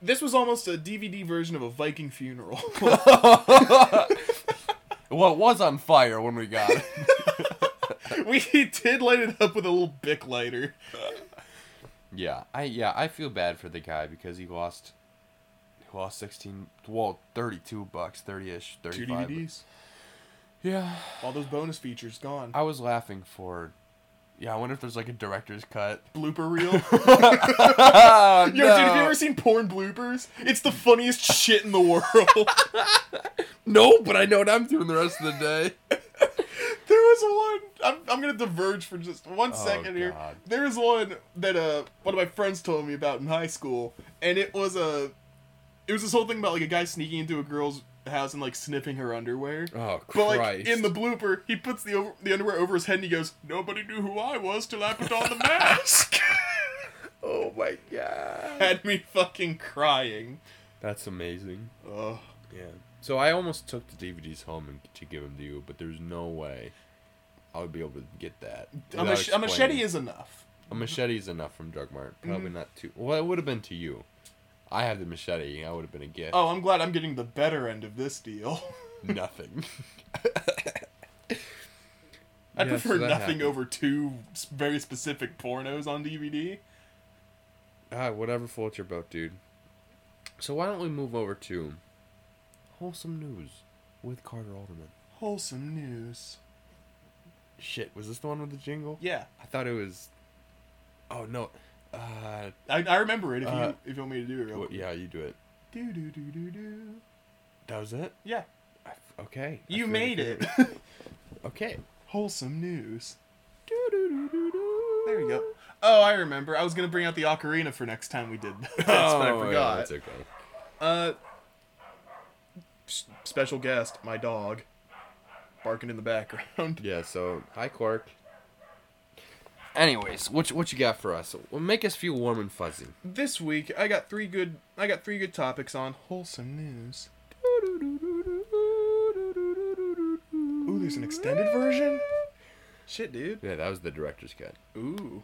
This was almost a DVD version of a Viking funeral. Well, it was on fire when we got it. we did light it up with a little bic lighter. Yeah, I yeah I feel bad for the guy because he lost, he lost sixteen, well thirty two bucks, thirty ish, Two thirty five. DVDs. Yeah, All those bonus features gone. I was laughing for. Yeah, I wonder if there's like a director's cut. Blooper reel. Oh, Yo, dude, have you ever seen porn bloopers? It's the funniest shit in the world. no, but I know what I'm doing the rest of the day. There was one. I'm, I'm gonna diverge for just one Oh, second here. God. There was one that uh one of my friends told me about in high school, and it was a, it was this whole thing about like a guy sneaking into a girl's house and like sniffing her underwear. Oh Christ! But like in the blooper, he puts the over, the underwear over his head and he goes, "Nobody knew who I was till I put on the mask." oh my god! Had me fucking crying. That's amazing. Ugh. Yeah. So I almost took the DVDs home and to give them to you, but there's no way I would be able to get that. A, mach- a without machete explaining. is enough. a machete is enough from Drug Mart. Probably Mhm. not too. Well, it would have been to you. I had the machete. I would have been a gift. Oh, I'm glad I'm getting the better end of this deal. Nothing. I Yeah, prefer so that nothing happened. over two s- very specific pornos on DVD. Ah, whatever floats your boat, dude. So why don't we move over to wholesome news with Carter Alderman? Wholesome news. Shit, was this the one with the jingle? Yeah, I thought it was. Oh no. Uh, I, I remember it. If Uh, you if you want me to do it, real well, quick. yeah, you do it. Do do do do do. That was it. Yeah, I f okay. I you feel made like it. Okay. Wholesome news. Doo-doo-doo-doo-doo. There you go. Oh, I remember. I was gonna bring out the ocarina for next time we did. That. That's what Oh, I yeah, forgot. that's okay. uh, s- special guest, my dog, barking in the background. Yeah. So hi, Quark. Anyways, what you- what you got for us? Well, make us feel warm and fuzzy. This week, I got three good. I got three good topics on wholesome news. Ooh, there's an extended version. Shit, dude. Yeah, that was the director's cut. Ooh.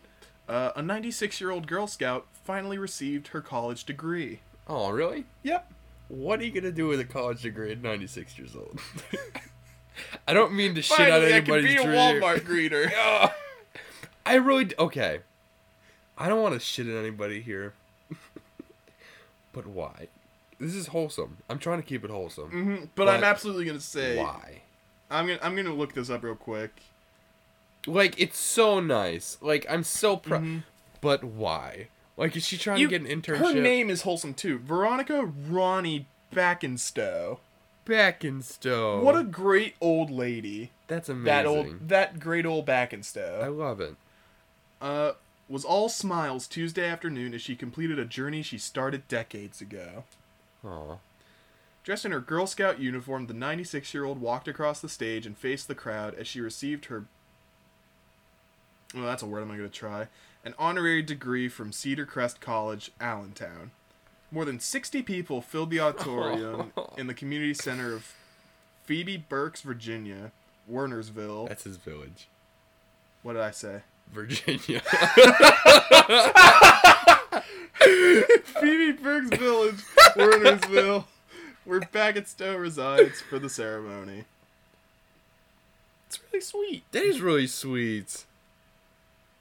Uh, a 96 year old Girl Scout finally received her college degree. Oh, really? Yep. What are you gonna do with a college degree at 96 years old? I don't mean to shit out Finally, I can be anybody's a dream. Walmart greeter. Ugh. I really d- okay. I don't want to shit at anybody here, but why? This is wholesome. I'm trying to keep it wholesome. hmm But, But I'm absolutely gonna say Why? I'm gonna I'm gonna look this up real quick. Like it's so nice. Like I'm so proud. Mhm. But why? Like is she trying You- to get an internship? Her name is wholesome too. Veronica Ronnie Backenstow. Beckenstowe. What a great old lady. That's Oh. amazing. That old that great old Backenstow. I love it. uh, was all smiles Tuesday afternoon as she completed a journey she started decades ago. Aw. Dressed in her Girl Scout uniform, the 96 year old walked across the stage and faced the crowd as she received her. Well, that's a word I'm going to try. An honorary degree from Cedar Crest College, Allentown. More than 60 people filled the auditorium in the community center of Phoebe Burks, Virginia, Wernersville. That's his village. What did I say? Virginia. Phoebe Burks Village, Wernersville, where Baggettstow resides for the ceremony. It's really sweet. that is really sweet.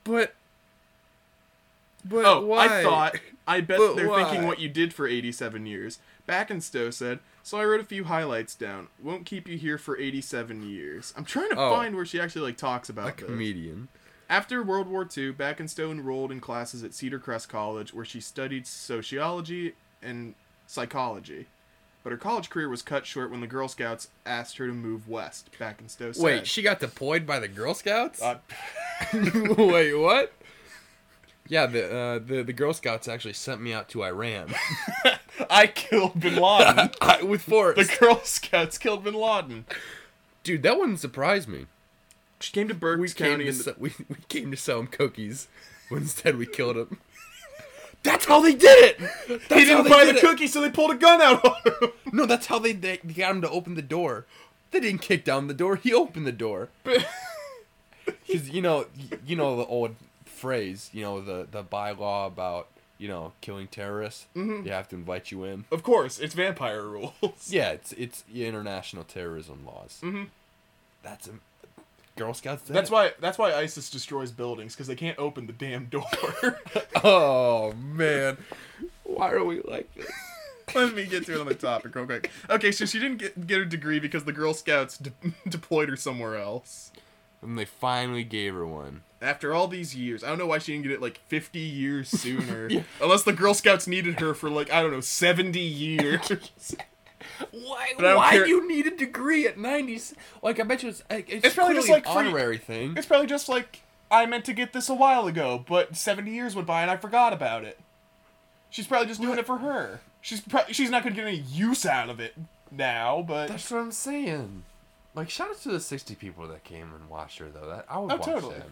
But but Oh, why? I thought. I bet But they're thinking why? what you did for 87 years. Backenstow said, so I wrote a few highlights down. Won't keep you here for 87 years. I'm trying to Oh. find where she actually like talks a about this. comedian. After World War II, Backenstow enrolled in classes at Cedar Crest College where she studied sociology and psychology. But her college career was cut short when the Girl Scouts asked her to move west. Backenstow said, Wait, she got deployed by the Girl Scouts? Uh, Wait, what? Yeah, the, uh, the the Girl Scouts actually sent me out to Iran I killed Bin Laden. I- with Forrest. the Girl Scouts killed Bin Laden. Dude, that wouldn't surprise me. She came to Berks We came County to in the se- we, we came to sell him cookies, but instead we killed him. That's how they did it. That's He how didn't they buy did the it. cookie, so they pulled a gun out on him. No, that's how they, they they got him to open the door. They didn't kick down the door. He opened the door. Because you know, you know the old phrase, you know the the bylaw about you know killing terrorists. They have to invite you in. Of course, it's vampire rules. Yeah, it's it's international terrorism laws. Mm-hmm. That's a Girl Scouts. did That's it. why that's why ISIS destroys buildings because they can't open the damn door. Oh man, why are we like this? Let me get to another topic real quick. Okay, so she didn't get, get her degree because the Girl Scouts de- deployed her somewhere else. And they finally gave her one. After all these years, I don't know why she didn't get it like 50 years sooner. Unless the Girl Scouts needed her for like, I don't know, 70 years. Why? I don't Why care- do you need a degree at ninety? Like I bet you it's like, it's, It's probably probably just, like, an free- honorary thing. it's probably just like, I meant to get this a while ago, but 70 years went by and I forgot about it. She's probably just doing it for her. She's pro- she's not going to get any use out of it. now, but That's what I'm saying. Like, shout out to the 60 people that came and watched her, though. That I would Oh, watch totally. that.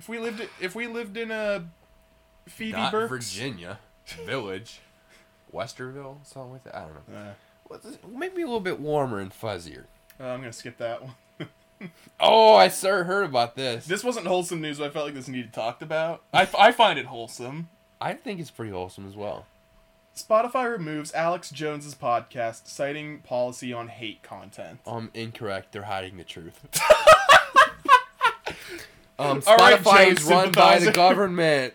if we lived if we lived in a Phoebe Not Burks, Virginia, Village, Westerville, something like that. I don't know. Uh, What's this- Maybe a little bit warmer and fuzzier. I'm gonna skip that one. Oh, I sure heard about this. This wasn't wholesome news, but I felt like this needed talked about. I, f- I find it wholesome. I think it's pretty wholesome as well. Spotify removes Alex Jones's podcast, citing policy on hate content. Um, incorrect. They're hiding the truth. um, All right, Spotify Joe is run by sympathizer. the government.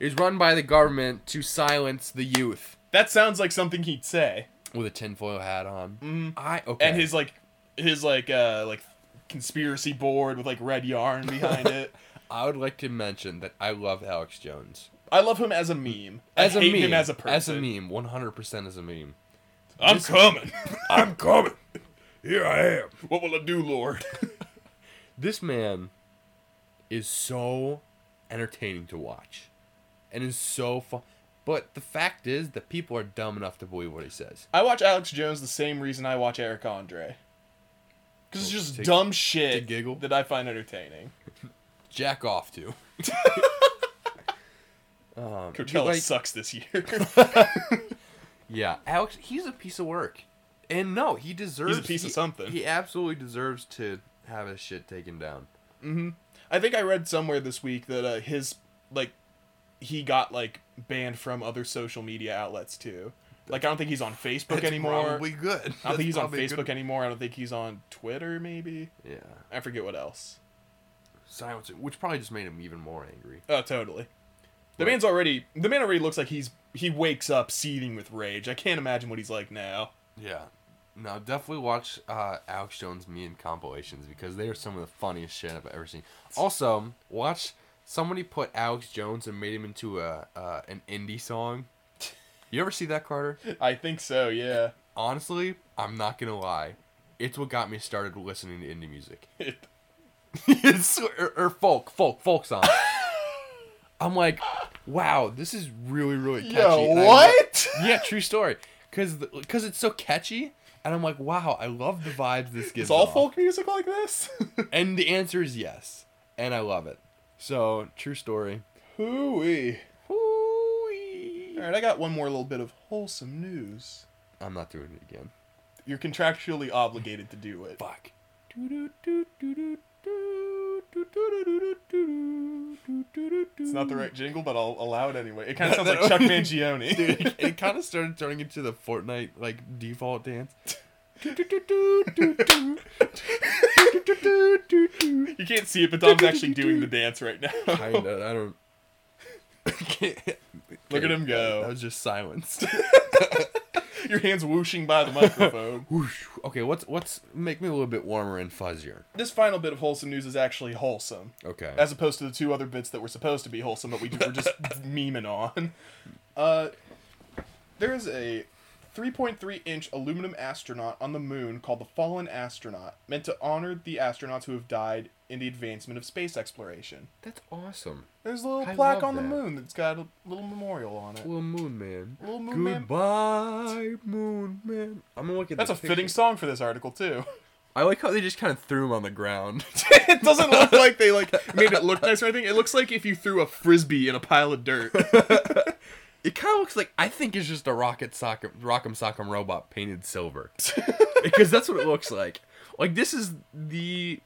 is run by the government to silence the youth That sounds like something he'd say. with a tinfoil hat on. Mhm. I okay. And his like, his like, uh, like conspiracy board with like red yarn behind it. I would like to mention that I love Alex Jones I love him as a meme. as I a hate meme. him as a person. As a meme, one hundred percent as a meme. I'm This is- coming. I'm coming. Here I am. what will I do, Lord? This man is so entertaining to watch, and is so fun. But the fact is that people are dumb enough to believe what he says. I watch Alex Jones the same reason I watch Eric Andre. Because it's just To- dumb shit to Oh, giggle? that I find entertaining. Jack off to. um, Coachella like- sucks this year. Yeah, Alex, he's a piece of work, and no, he deserves. piece of he- something. He absolutely deserves to have his shit taken down. I think I read somewhere this week that uh, his like he got like banned from other social media outlets too. Like I don't think he's on Facebook That's anymore. Probably good. I don't That's think he's on probably a Facebook good- anymore. I don't think he's on Twitter. Maybe Yeah, I forget what else. silence it, which probably just made him even more angry. Oh, totally. The Right. man's already the man already looks like he's he wakes up seething with rage. I can't imagine what he's like now. Yeah. No, definitely watch uh, Alex Jones meme compilations because they are some of the funniest shit I've ever seen. Also, watch somebody put Alex Jones and made him into a uh, an indie song. You ever see that, Carter? I think so. Yeah. honestly, I'm not gonna lie. It's what got me started listening to indie music. It- it's, or, or folk, folk, folk songs. I'm like, wow, this is really, really catchy. and I lo- yeah, true story. Cause, the, cause it's so catchy, and I'm like, wow, I love the vibes this gives. Is all off. folk music like this? And the answer is yes, and I love it. So true story. Hooey. Hoo-wee. All right, I got one more little bit of wholesome news. I'm not doing it again. You're contractually obligated to do it. Fuck. It's It's not the right jingle, but I'll allow it anyway. It kind of sounds That- like Chuck that- Mangione. Dude, it kind of started turning into the Fortnite like default dance. kind you can't see it, but Dom's actually doing the dance right now. of. I don't. Look at him That go. was just silence. Your hands whooshing by the microphone. Whoosh. Okay, what's what's make me a little bit warmer and fuzzier? this final bit of wholesome news is actually wholesome, Okay. as opposed to the two other bits that were supposed to be wholesome, but we were just memeing on. Uh, there is a 3.3 inch aluminum astronaut on the moon called the Fallen Astronaut, meant to honor the astronauts who have died in the advancement of space exploration. That's awesome. There's a little I plaque love on the that. moon that's got a little memorial on it. Little moon man. Little moon man. Goodbye, moon man. I'm gonna look at That's a this fitting picture. song for this article too. I like how they just kind of threw him on the ground. it doesn't look like they like made it look nice or anything. It looks like if you threw a frisbee in a pile of dirt. It kind of looks like I think it's just a rocket sock, rock'em sock'em robot painted silver, because that's what it looks like. Like this is the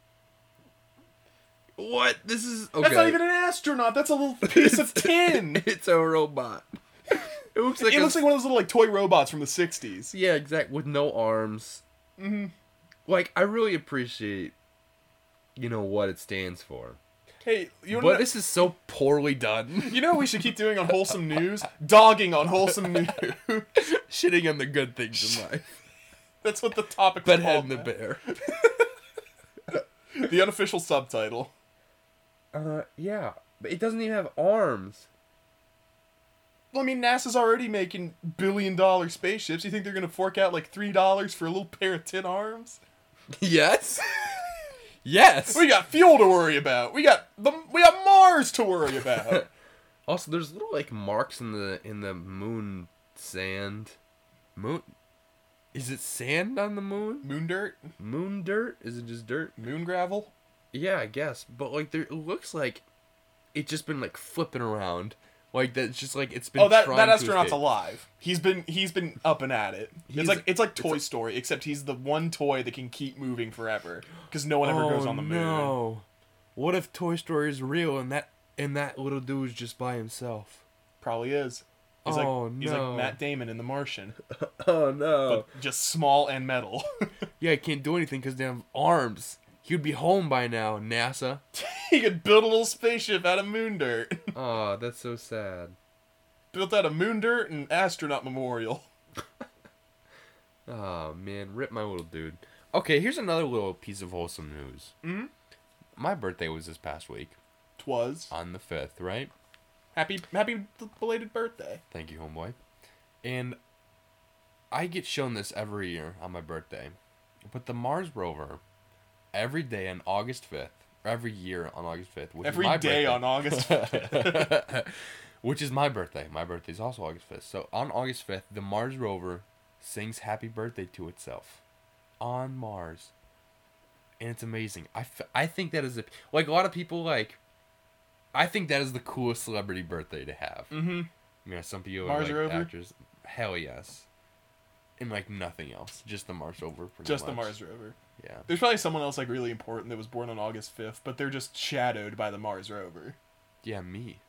what? This is okay. That's not even an astronaut. That's a little piece of tin. it's a robot. It looks like it a- looks like one of those little like toy robots from the '60s. yeah, exact with no arms. Mm-hmm. Like I really appreciate, you know what it stands for, Hey, you but know, this is so poorly done. you know what we should keep doing on wholesome news? Dogging on wholesome news. Shitting on the good things in life. That's what the topic. was But head called, and the man. bear. the unofficial subtitle. Uh, yeah, but it doesn't even have arms. Well, I mean, NASA's already making billion dollar spaceships. You think they're gonna fork out like three dollars for a little pair of tin arms? Yes. yes. We got fuel to worry about. We got the we got Mars to worry about. Also, there's little like marks in the in the moon sand. Moon. Is it sand on the moon? Moon dirt, Moon dirt? Is it just dirt? moon gravel. Yeah, I guess. But like, there it looks like it's just been like flipping around. Like that's just like it's been. Oh, that trying that to astronaut's escape. alive. He's been he's been up and at it. He's- it's like it's like Toy it's- Story, except he's the one toy that can keep moving forever because no one ever oh, goes on the moon. No. What if Toy Story is real and that and that little dude's just by himself? Probably is. He's Oh, like he's no. like Matt Damon in The Martian, Oh no. but just small and metal. yeah, he can't do anything because they have arms. He'd be home by now, NASA. he could build a little spaceship out of moon dirt. oh, that's so sad. Built out of moon dirt and astronaut memorial. Oh man, rip my little dude. Okay, here's another little piece of wholesome news. Mhm. My birthday was this past week Twas on the fifth, right? happy happy belated birthday. Thank you, homeboy. And I get shown this every year on my birthday. But the Mars rover, every day on August 5th, or every year on August 5th, which Every is my day birthday, on August. 5th. which is my birthday. My birthday is also August 5th. So on August 5th, the Mars rover sings happy birthday to itself on Mars. And it's amazing. I, f- I think that is a, like a lot of people like I think that is the coolest celebrity birthday to have. mm-hmm. You know, some people Mars are like rover? actors. Hell yes. And like nothing else, just the Mars rover. pretty Just the much. Mars rover. Yeah. There's probably someone else like really important that was born on August 5th, but they're just shadowed by the Mars rover. Yeah, me.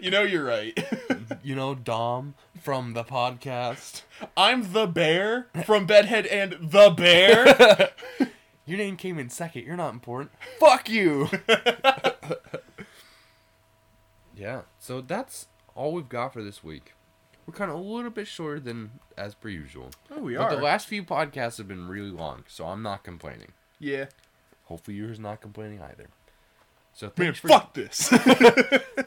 You know you're right. you know Dom from the podcast. I'm the bear from Bedhead and the bear. Your name came in second. You're not important. Fuck you. yeah. So that's all we've got for this week. We're kind of a little bit shorter than as per usual. oh, we But the last few podcasts have been really long, so I'm not complaining. yeah. Hopefully, yours not complaining either. So Man, thanks for fuck this.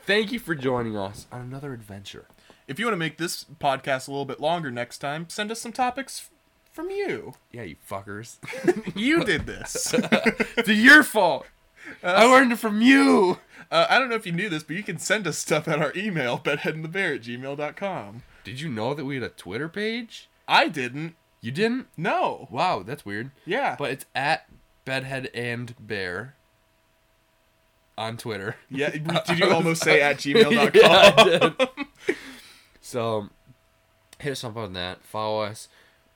Thank you for joining us on another adventure. if you want to make this podcast a little bit longer next time, send us some topics f- from you. Yeah, you fuckers. You did this. it's your fault. I learned it from you. Uh, I don't know if you knew this, but you can send us stuff at our email, bedheadandthebear at gmail.com. Did you know that we had a Twitter page? I didn't. You didn't? No. Wow, that's weird. Yeah. But it's at Bedhead and Bear on Twitter. yeah. Did you almost say at gmail.com? Yeah, I did. so hit us up on that. Follow us.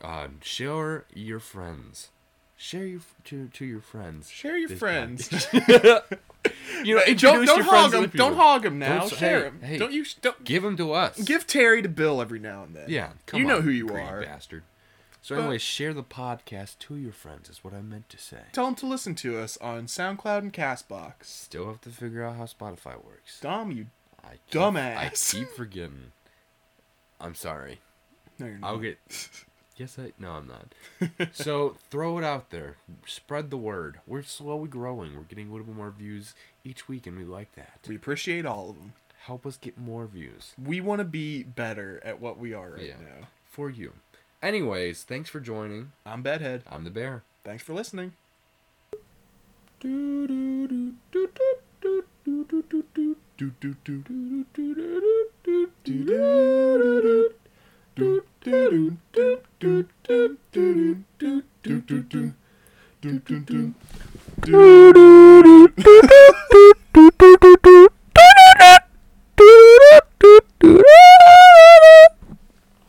Uh, share your friends. Share your to to your friends. Share your this friends. You know, don't introduce don't your friends hog to him. the people. Don't hog him now. Don't s- Share hey, him. hey. Don't you? sh- Don't Give them to us. give Terry to Bill every now and then. Yeah, you know on, who you greedy are. bastard. So, But- anyway, share the podcast to your friends is what I meant to say. Tell him to listen to us on SoundCloud and Castbox. Still have to figure out how Spotify works. Dom, you. I keep, I Dumbass. keep forgetting. I'm sorry. No, you're not. I'll get. Yes, I. No, I'm not. so throw it out there. Spread the word. We're slowly growing. We're getting a little bit more views each week, and we like that. We appreciate all of them. Help us get more views We want to be better at what we are right Yeah. now. for you. Anyways, thanks for joining. I'm Bedhead. I'm the bear. Thanks for listening.